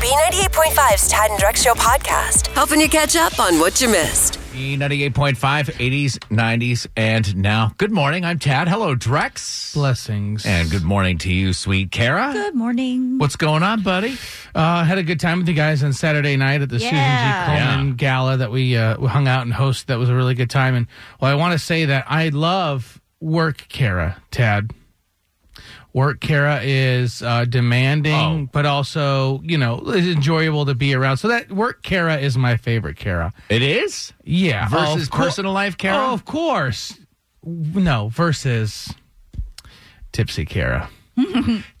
B98.5's Tad and Drex Show podcast, helping you catch up on what you missed. B98.5, 80s, 90s, and now. Good morning. I'm Tad. Hello, Drex. Blessings. And good morning to you, sweet Kara. Good morning. What's going on, buddy? uh, had a good time with you guys on Saturday night at the Susan Yeah. G. Komen Yeah. gala that we uh, we hung out and hosted. That was a really good time. And well, I want to say that I love work, Kara Tad. Work, Kara is uh, demanding, Oh. but also you know it's enjoyable to be around. So that work, Kara is my favorite, Kara. It is? Yeah, Versus of cour- personal life, Kara? Oh, of course. No, versus Tipsy Kara.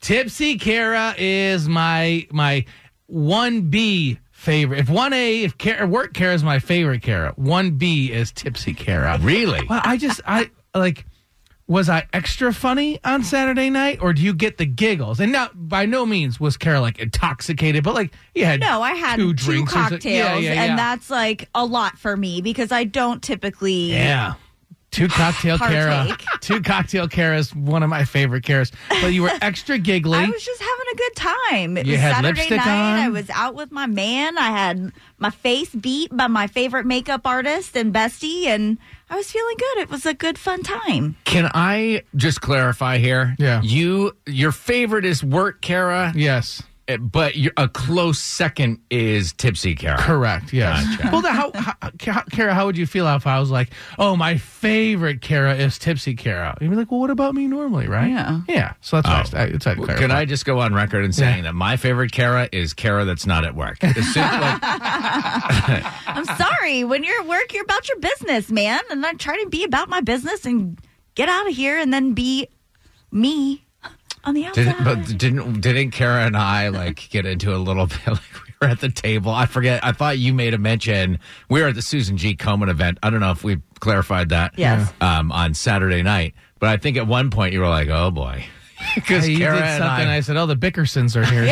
Tipsy Kara is my my one B favorite. If one A, if Kara, work Kara is my favorite Kara, one B is Tipsy Kara. Really? Well, I just I like. Was I extra funny on Saturday night, or do you get the giggles? And not by no means was Kara like intoxicated, but like you had No, I had two, drinks or so- cocktails, and that's like a lot for me because I don't typically. yeah. Two cocktail Kara. Partake. Two cocktail Kara's one of my favorite Kara's. But you were extra giggly. I was just having a good time. It You was had Saturday lipstick night. I on? was out with my man. I had my face beat by my favorite makeup artist and bestie, and I was feeling good. It was a good, fun time. Can I just clarify here? Yeah. You, your favorite is work, Kara, yes. eh, but your, a close second is tipsy, Kara. Correct. Yes. Well, the, how, how, Ka- Kara, how would you feel if I was like, "Oh, my favorite Kara is Tipsy Kara"? You'd be like, "Well, what about me normally, right?" Yeah. Yeah. So that's why I, I, it's I Oh. Well, Can I just go on record and saying Yeah. that my favorite Kara is Kara that's not at work? As soon- like, I'm sorry. When you're at work, you're about your business, man. And I try to be about my business and get out of here and then be me on the outside. Didn't, but didn't didn't Kara and I like get into a little bit? Like we were at the table. I forget. I thought you made a mention. We were at the Susan G. Komen event. I don't know if we clarified that. Yes. Um, on Saturday night, but I think at one point you were like, "Oh boy," because you Kara did and something. I, I. said, "Oh, the Bickersons are here."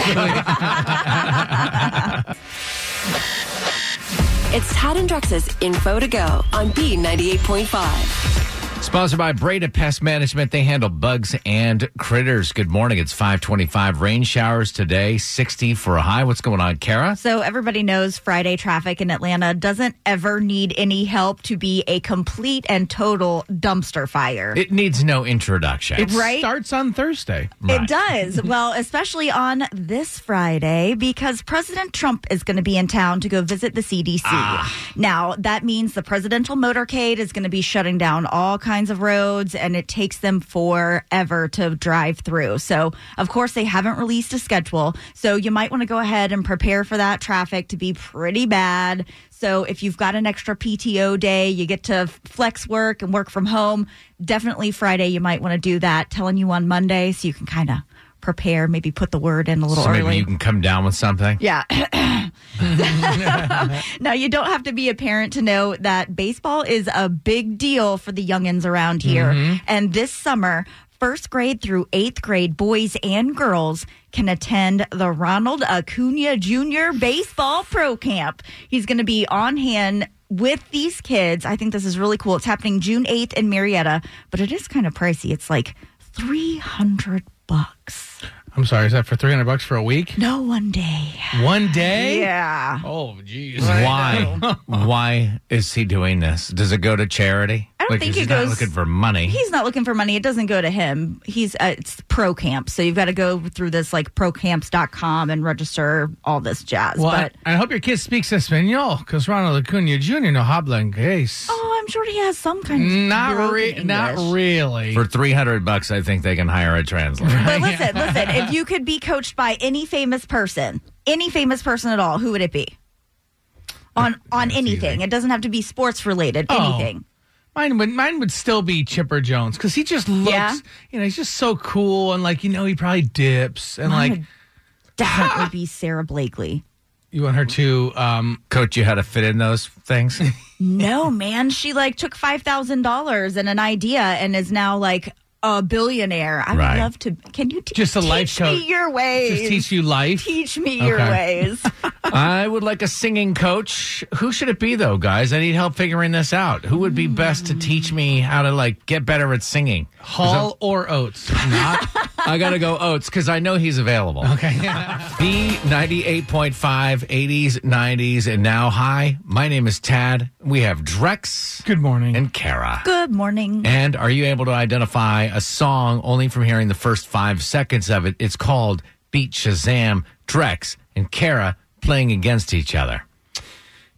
It's Tad and Drex's info to go on B98.5. Sponsored by Breda Pest Management, they handle bugs and critters. Good morning. It's five twenty-five. Rain showers today. Sixty for a high. What's going on, Kara? So everybody knows Friday traffic in Atlanta doesn't ever need any help to be a complete and total dumpster fire. It needs no introduction. It Right? starts on Thursday. Right. It does. well, especially on this Friday because President Trump is going to be in town to go visit the CDC. Now, that means the presidential motorcade is going to be shutting down all kinds of roads and it takes them forever to drive through. So, of course, they haven't released a schedule. So, you might want to go ahead and prepare for that traffic to be pretty bad. So, if you've got an extra PTO day, you get to flex work and work from home, definitely Friday you might want to do that. Telling you on Monday so you can kind of prepare, maybe put the word in a little so early. maybe you can come down with something. yeah. now, you don't have to be a parent to know that baseball is a big deal for the youngins around here. And this summer, first grade through eighth grade boys and girls can attend the Ronald Acuna Jr. Baseball Pro Camp. He's going to be on hand. With these kids, I think this is really cool. It's happening June 8th in Marietta, but it is kind of pricey. It's like 300 bucks. I'm sorry. Is that for 300 bucks for a week? No one day. One day? Yeah. Oh, jeez. Why? Why is he doing this? Does it go to charity? I don't like, think is it he not goes- looking for money. He's not looking for money. It doesn't go to him. He's uh, it's pro camp. So you've got to go through this like procamps.com and register all this jazz. Well, but I, I hope your kid speaks Espanol because Ronald Acuna Jr. no habla inglés. oh, I'm sure he has some kind of not broken re- not English. really. For three hundred bucks, I think they can hire a translator. But listen, listen, if you could be coached by any famous person, any famous person at all, who would it be? On on anything. It doesn't have to be sports related, Oh. anything. mine would mine would still be Chipper Jones because he just looks, Yeah? you know, he's just so cool and like you know he probably dips and like would- Definitely be Sarah Blakely. you want her to. um Coach you how to fit in those things. No, man. She like took five thousand dollars and an idea and is now like a billionaire. I Right. would love to. Can you t- Just a teach life me coach. your ways? Just teach you life. Teach me your Okay. ways. I would like a singing coach. Who should it be though, guys? I need help figuring this out. Who would be best to teach me how to like get better at singing? 'Cause I'm- Hall or Oates? Not I gotta go Oates because I know he's available. okay. B ninety eight point five, eighties, nineties, and now. Hi, my name is Tad. We have Drex Good morning. and Kara. Good morning. And are you able to identify a song only from hearing the first five seconds of it? It's called Beat Shazam, Drex, and Kara playing against each other.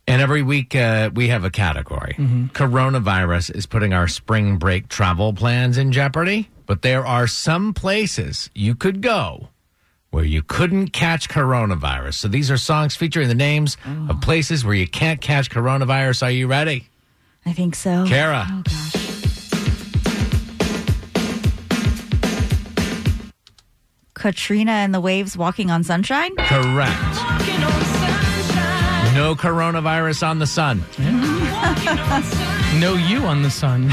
And every week uh, we have a category. Coronavirus is putting our spring break travel plans in jeopardy, but there are some places you could go where you couldn't catch coronavirus. So these are songs featuring the names of places where you can't catch coronavirus. Are you ready? I think so. Kara. Oh, gosh. Katrina and the waves walking on sunshine? Mm-hmm. Correct. No coronavirus on the sun. No you on the sun.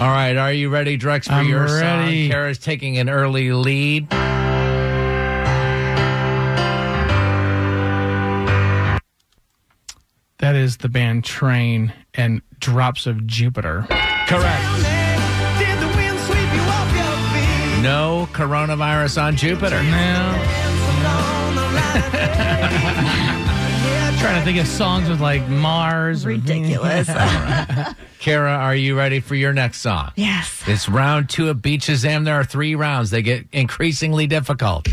All right, are you ready, Drex, for I'm your ready. song? Kara's taking an early lead. That is the band Train and Drops of Jupiter. Correct. No coronavirus on Jupiter. Now, trying to think of songs with like Mars. or- Ridiculous. Kara, are you ready for your next song? yes. It's round two of Beach Shazam. There are three rounds. They get increasingly difficult.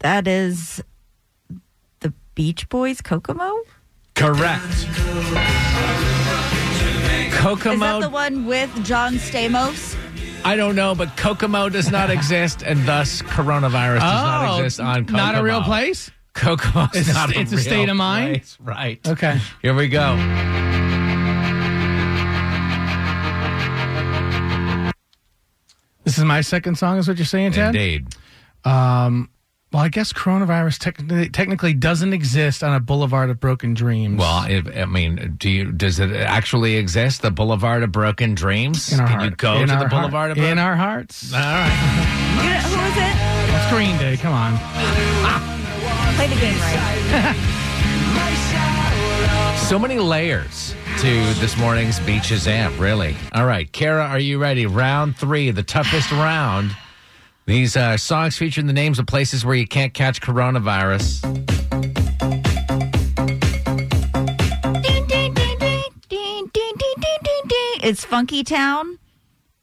That is the Beach Boys Kokomo? Correct. Kokomo. Is that the one with John Stamos? I don't know, but Kokomo does not exist, and thus coronavirus does Oh, not exist on Kokomo. Not a real place? Kokomo. It's a not st- it's a real state of mind? place, right? Okay. Here we go. This is my second song, is what you're saying, Ted? Indeed. Well, I guess coronavirus technically, technically doesn't exist on a boulevard of broken dreams. Well, if, I mean, do you? Does it actually exist? The Boulevard of Broken Dreams. in our Can heart. you go In to our the heart. Boulevard of Broken? In our hearts. All right. You know- who is it? It's Green Day. Come on. Play the game right. So many layers to this morning's Beaches Amp, really. All right, Kara, are you ready? Round three, the toughest round. These uh, songs featuring the names of places where you can't catch coronavirus. Ding, ding, ding, ding, ding, ding, ding, ding, ding, ding. It's Funky Town,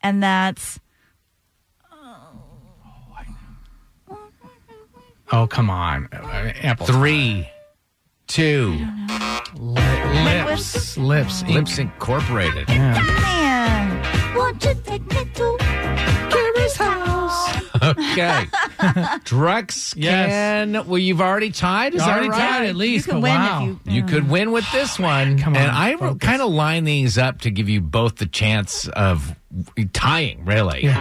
and that's Oh, come on. Uh, Apple. Three, two, lips. Lips. Ink. Lips Incorporated. man. Won't you take me to Carrie's house? Okay. Drex Yes. can. Well, you've already tied. Is that already right? tied at You least. can but win wow. if you. You could win with this one. Come And on, I focus. kind of line these up to give you both the chance of tying, really. Yeah.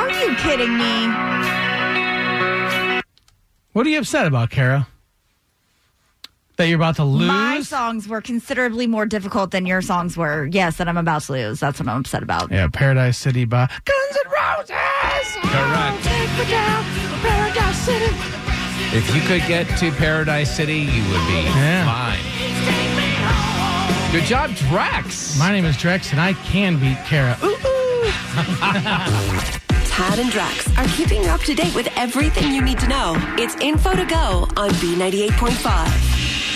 Are you kidding me? What are you upset about, Kara? That you're about to lose? My songs were considerably more difficult than your songs were. Yes, that I'm about to lose. That's what I'm upset about. yeah, Paradise City by Guns N' Roses. Correct. If you could get to Paradise City, you would be Yeah. fine. Good job, Drex. My name is Drex, and I can beat Kara. Ooh, Tad and Drex are keeping you up to date with everything you need to know. It's info to go on B98.5.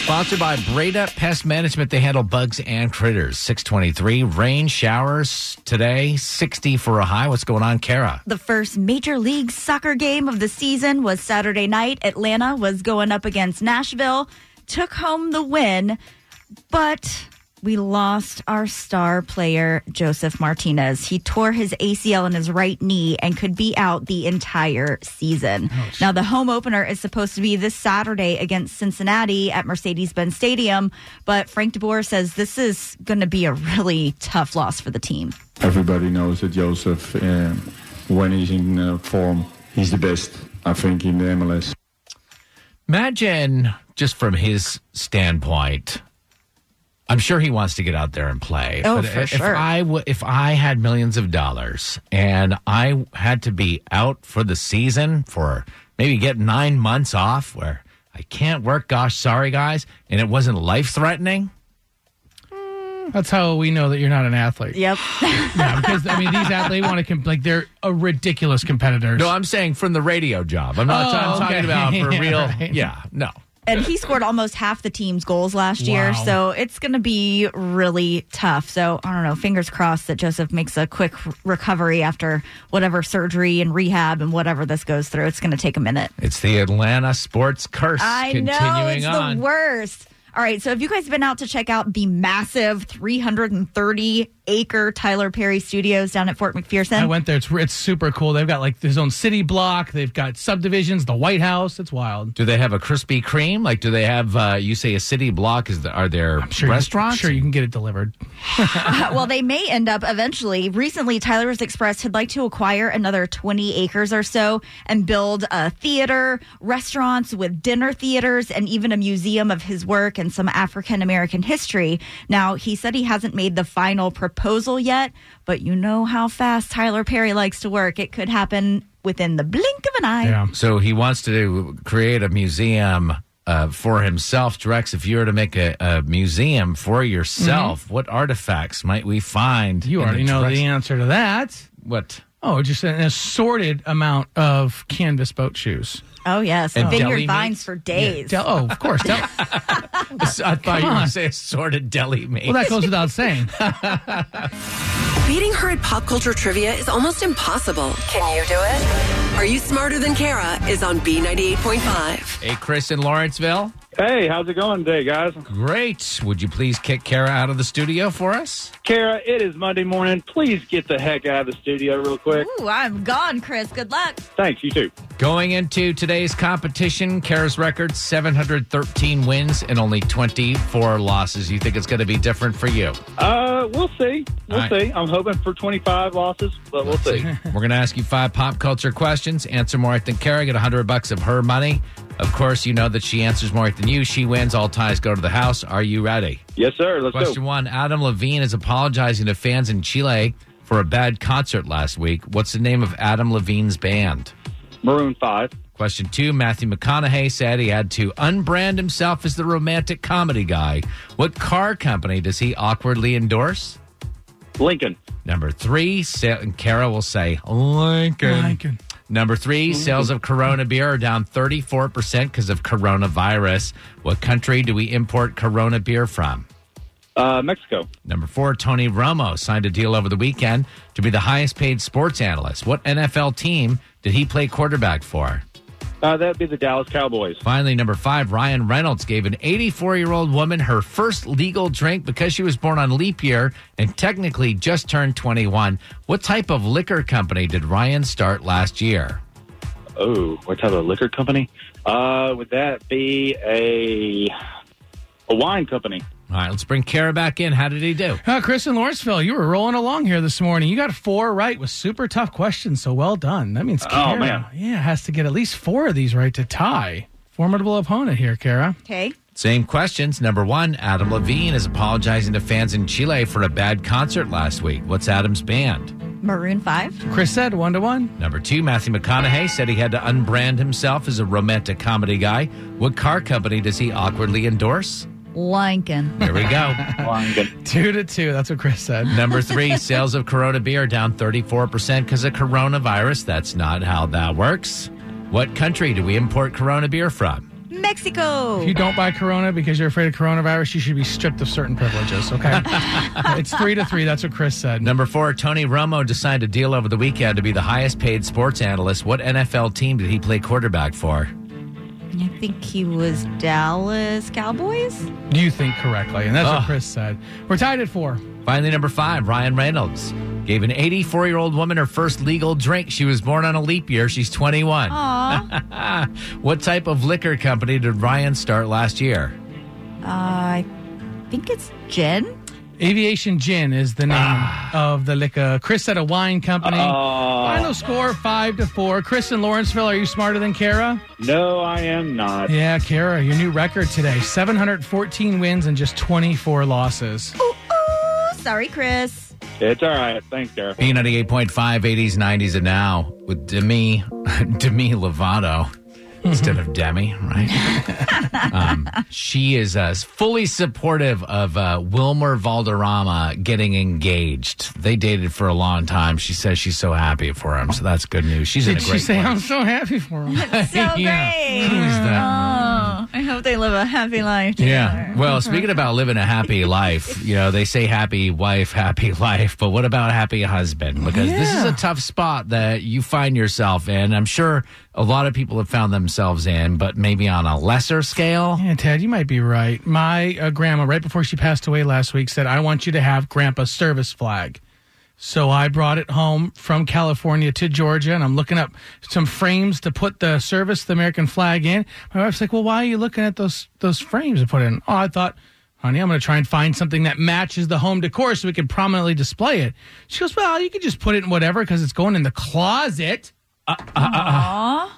Sponsored by Breda Pest Management. They handle bugs and critters. 623. Rain showers today. 60 for a high. What's going on, Kara? The first Major League Soccer game of the season was Saturday night. Atlanta was going up against Nashville, took home the win, but we lost our star player, Joseph Martinez. He tore his ACL in his right knee and could be out the entire season. now, the home opener is supposed to be this Saturday against Cincinnati at Mercedes Benz Stadium, but Frank DeBoer says this is going to be a really tough loss for the team. Everybody knows that Joseph, uh, when he's in uh, form, he's the best, I think, in the MLS. Imagine, just from his standpoint, I'm sure he wants to get out there and play. Oh, but for if sure. I w- if I had millions of dollars and I had to be out for the season for maybe get nine months off where I can't work, gosh, sorry guys, and it wasn't life threatening. That's how we know that you're not an athlete. Yep. Yeah, because I mean, these athletes want to comp- like they're a ridiculous competitors. No, I'm saying from the radio job. I'm not Oh, I'm talking okay. about for Yeah, real. right. Yeah, no. and he scored almost half the team's goals last year, Wow. so it's going to be really tough. So I don't know. Fingers crossed that Joseph makes a quick r- recovery after whatever surgery and rehab and whatever this goes through. It's going to take a minute. It's the Atlanta sports curse I continuing know it's on. the worst. All right, so have you guys been out to check out the massive 330 acre Tyler Perry Studios down at Fort McPherson? I went there. It's it's super cool. They've got like his own city block. They've got subdivisions. The White House. It's wild. do they have a Krispy Kreme? Like, do they have? Uh, you say a city block? Is the, are there Sure you- restaurants? sure, you can get it delivered. Uh, well, they may end up eventually. Recently, Tyler's Express had like to acquire another 20 acres or so and build a theater, restaurants with dinner theaters, and even a museum of his work and some African American history. Now, he said he hasn't made the final proposal yet, but you know how fast Tyler Perry likes to work. It could happen within the blink of an eye. Yeah. So he wants to do, create a museum uh, for himself. Drex, if you were to make a, a museum for yourself, what artifacts might we find? Mm-hmm. You in already know Drex- the answer to that. What? Oh, just an assorted amount of canvas boat shoes. Oh, yes. And deli Vineyard meats? vines for days. Del- oh, of course. Del- I thought you were going Uh, on. to say assorted deli meat. well, that goes without saying. Beating her at pop culture trivia is almost impossible. Can you do it? Are You Smarter Than Kara is on B98.5. hey, Chris in Lawrenceville. Hey, how's it going today, guys? Great. Would you please kick Kara out of the studio for us? Kara, it is Monday morning. Please get the heck out of the studio real quick. Ooh, I'm gone, Chris. Good luck. Thanks, you too. Going into today's competition, Kara's record 713 wins and only 24 losses. You think it's going to be different for you? Uh, we'll see. We'll All right. see. I'm hoping for 25 losses, but we'll see. We're going to ask you five pop culture questions. Answer more right than Kara. Get 100 bucks of her money. Of course, you know that she answers more right than you. She wins. All ties go to the house. Are you ready? Yes, sir. Let's Question go. one Adam Levine is apologizing to fans in Chile for a bad concert last week. What's the name of Adam Levine's band? Maroon 5. Question two Matthew McConaughey said he had to unbrand himself as the romantic comedy guy. What car company does he awkwardly endorse? Lincoln. Number three, sa- and Kara will say Lincoln. Lincoln. Number three, sales of Corona beer are down 34% because of coronavirus. What country do we import Corona beer from? Uh, Mexico. Number four, Tony Romo signed a deal over the weekend to be the highest paid sports analyst. What NFL team did he play quarterback for? Uh, that'd be the Dallas Cowboys. Finally, number five, Ryan Reynolds gave an 84 year old woman her first legal drink because she was born on leap year and technically just turned 21. What type of liquor company did Ryan start last year? Oh, what type of liquor company? Uh, would that be a a wine company? All right, let's bring Kara back in. How did he do? Uh, Chris in Lawrenceville, you were rolling along here this morning. You got four right with super tough questions, so well done. That means Kara, man. yeah, has to get at least four of these right to tie. Formidable opponent here, Kara. Okay. Same questions. Number one, Adam Levine is apologizing to fans in Chile for a bad concert last week. What's Adam's band? Maroon 5. Chris said one to one. Number two, Matthew McConaughey said he had to unbrand himself as a romantic comedy guy. What car company does he awkwardly endorse? Lincoln. There we go. Lincoln. Two to two. That's what Chris said. Number three, sales of Corona beer are down 34% because of coronavirus. That's not how that works. What country do we import Corona beer from? Mexico. If you don't buy Corona because you're afraid of coronavirus, you should be stripped of certain privileges, okay? it's three to three. That's what Chris said. Number four, Tony Romo decided to deal over the weekend to be the highest paid sports analyst. What NFL team did he play quarterback for? I think he was Dallas Cowboys. You think correctly, and that's Ugh. what Chris said. We're tied at four. Finally, number five, Ryan Reynolds gave an 84 year old woman her first legal drink. She was born on a leap year. She's 21. Aw. uh, What type of liquor company did Ryan start last year? I think it's Jen. Aviation Gin is the name of the liquor. Chris at a wine company. Uh, Oh. Final score five to four. Chris in Lawrenceville, are you smarter than Kara? No, I am not. Yeah, Kara, your new record today: 714 wins and just 24 losses. Ooh, sorry, Chris. It's all right. Thanks, Gareth. B98.5, 80s, 90s, and now with Demi, Demi Lovato instead of Demi, right? um, she is uh, fully supportive of uh, Wilmer Valderrama getting engaged. They dated for a long time. She says she's so happy for him, so that's good news. She's in Did a she great say, place. "I'm so happy for him"? So great. Who's that? Oh, I hope they live a happy life. Yeah. Well, speaking about living a happy life, you know, they say happy wife, happy life, but what about happy husband? Because this is a tough spot that you find yourself in. I'm sure a lot of people have found themselves in, but maybe on a lesser scale. Yeah, Ted, you might be right. My uh, grandma, right before she passed away last week, said, I want you to have Grandpa's service flag. So I brought it home from California to Georgia, and I'm looking up some frames to put the service, the American flag in. My wife's like, Well, why are you looking at those those frames to put in? Oh, I thought, honey, I'm going to try and find something that matches the home decor so we can prominently display it. She goes, Well, you can just put it in whatever because it's going in the closet. Yeah.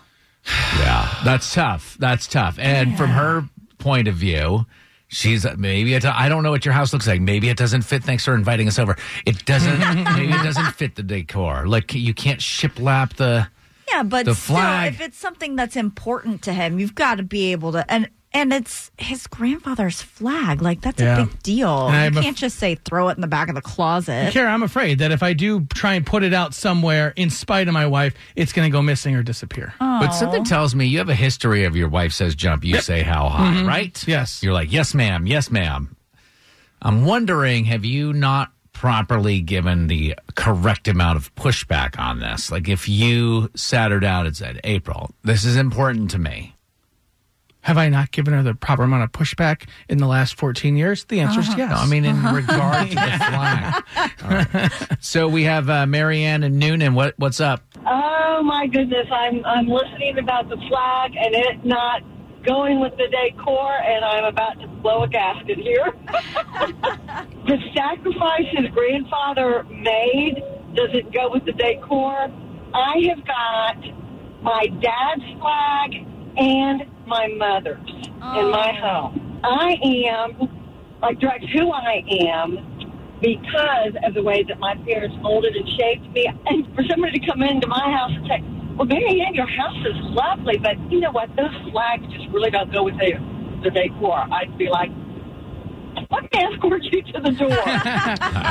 That's tough. That's tough. And from her point of view, She's maybe it. I don't know what your house looks like. Maybe it doesn't fit. Thanks for inviting us over. It doesn't. maybe it doesn't fit the decor. Like you can't shiplap the. Yeah, but The still, flag. if it's something that's important to him, you've got to be able to and and it's his grandfather's flag. Like that's Yeah. a big deal. And I'm you a- can't just say throw it in the back of the closet. Kara, I'm afraid that if I do try and put it out somewhere, in spite of my wife, it's going to go missing or disappear. But something tells me you have a history of your wife says jump, you say how high, right? Yes. You're like, yes, ma'am, yes, ma'am. I'm wondering, have you not properly given the correct amount of pushback on this? Like, if you sat her down and said, April, this is important to me. Have I not given her the proper amount of pushback in the last 14 years? The answer is yes. No, I mean, in regard to the flag. All right. So we have uh, Marianne and Noonan. What, what's up? Oh my goodness! I'm I'm listening about the flag and it not going with the decor, and I'm about to blow a gasket here. the sacrifice his grandfather made doesn't go with the decor. I have got my dad's flag and my mother's in my home. I am like direct who I am because of the way that my parents molded and shaped me. And for somebody to come into my house and say, "Well, Mary Ann, your house is lovely, but you know what? Those flags just really don't go with the the decor." I'd be like, "Let me escort you to the door."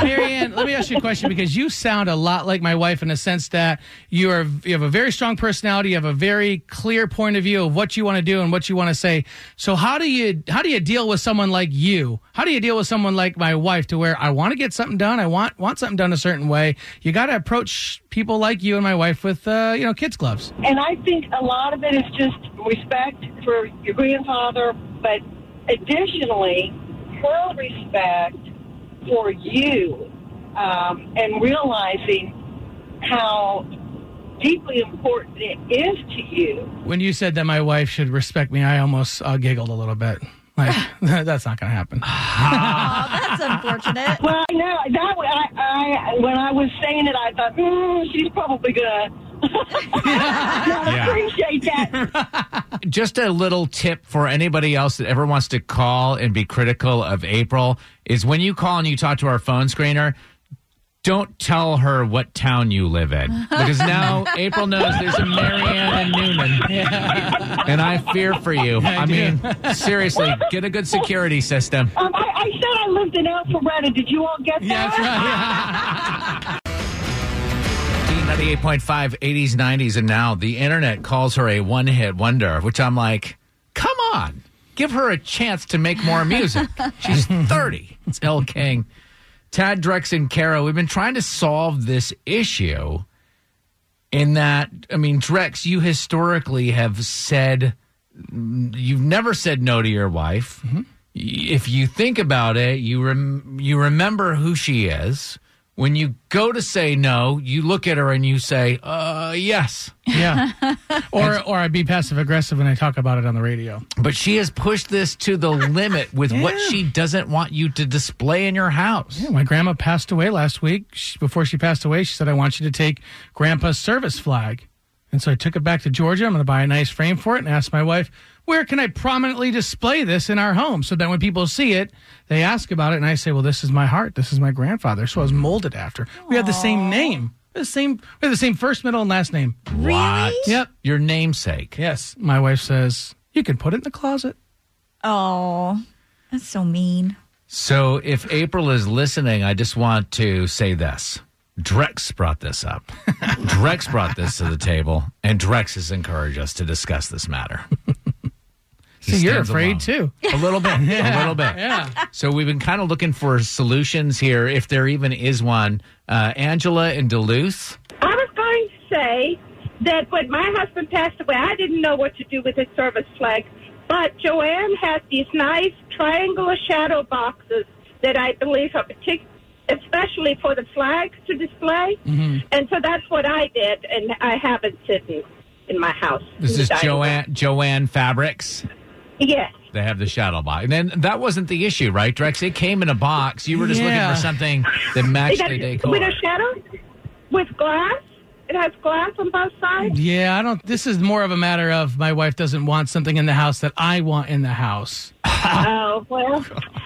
Marianne, let me ask you a question because you sound a lot like my wife in the sense that you are you have a very strong personality, you have a very clear point of view of what you want to do and what you want to say. So how do you how do you deal with someone like you? How do you deal with someone like my wife to where I want to get something done, I want want something done a certain way? You got to approach people like you and my wife with uh, you know kids gloves. and I think a lot of it is just respect for your grandfather, but additionally, her respect for you um, and realizing how deeply important it is to you. When you said that my wife should respect me, I almost uh, giggled a little bit. Like that's not going to happen. That's unfortunate. Well, I know that way. I, I when I was saying it, I thought, mm, she's probably gonna not appreciate that. just a little tip for anybody else that ever wants to call and be critical of April is when you call and you talk to our phone screener, don't tell her what town you live in because now April knows there's a Marianne and Newman, and I fear for you. I, mean, seriously, get a good security system. Um, I, I said I lived in Alpharetta. Did you all get that? Yeah, that's right. 98.5, 80s, 90s, and now the internet calls her a one hit wonder, which I'm like, come on, give her a chance to make more music. She's 30. It's L. King. Tad Drex and Kara, we've been trying to solve this issue in that, I mean, Drex, you historically have said, you've never said no to your wife. Y- If you think about it, you rem- you remember who she is. When you go to say no, you look at her and you say, uh, yes. Yeah. or or I'd be passive aggressive when I talk about it on the radio. But she has pushed this to the limit with what she doesn't want you to display in your house. Oh, My grandma passed away last week. She, before she passed away, she said, I want you to take grandpa's service flag. And so I took it back to Georgia. I'm going to buy a nice frame for it and asked my wife, where can I prominently display this in our home so that when people see it, they ask about it. And I say, well, this is my heart. This is my grandfather. So I was molded after. We had the same name. The same, we had the same first, middle, and last name. What? Yep. Your namesake. Yes. My wife says, you can put it in the closet. Oh, that's so mean. So if April is listening, I just want to say this. Drex brought this up. Drex brought this to the table, and Drex has encouraged us to discuss this matter. He See, you're stands afraid alone. too. A little bit. A little bit. Yeah. So we've been kind of looking for solutions here, if there even is one. Uh, Angela in Duluth. I was going to say that when my husband passed away, I didn't know what to do with his service flag. But Joanne has these nice triangular shadow boxes that I believe are particular, especially for the flags to display. Mm-hmm. And so that's what I did, and I have it sitting in my house. This is Dining room. Joanne Joanne Fabrics. Yes. They have the shadow box. And then that wasn't the issue, right, Drex? It came in a box. You were just Yeah. looking for something that matched the It decor. has- with a shadow, with glass. It has glass on both sides. Yeah, I don't. This is more of a matter of my wife doesn't want something in the house that I want in the house. Ah. Oh, well,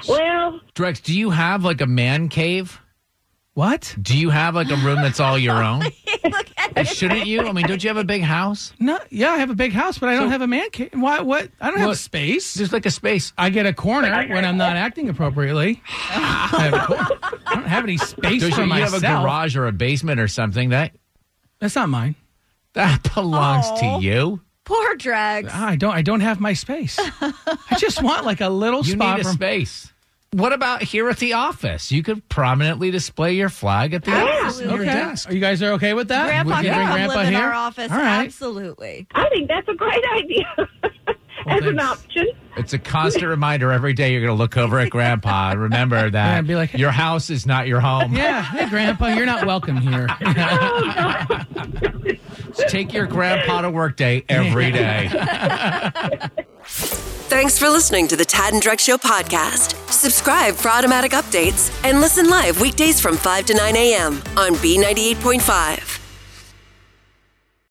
well, Drex, do you have like a man cave? What? Do you have like a room that's all your own? Look at this. Shouldn't you? I mean, don't you have a big house? No. Yeah, I have a big house, but I don't have a man cave. Why? What? I don't What? have space. There's like a space. I get a corner when I'm not acting appropriately. I, have a cor- I don't have any space Don't you, for you have myself. a garage or a basement or something that That's not mine. that belongs Aw. to you. Poor Drex. I don't. I don't have my space. I just want like a little You spot need a for- space. What about here at the office? You could prominently display your flag at the Ah. office in your Okay. desk. Are you guys are okay with that? Grandpa We can can bring come Grandpa live in here? our office. All right. Absolutely. I think that's a great idea as an thanks. option. It's a constant reminder every day you're going to look over at Grandpa and remember that Yeah, be like, your house is not your home. Yeah. Hey, Grandpa, you're not welcome here. Take your grandpa to work day every day. Thanks for listening to the Tad and Drex Show podcast. Subscribe for automatic updates and listen live weekdays from 5 to 9 a.m. on B98.5.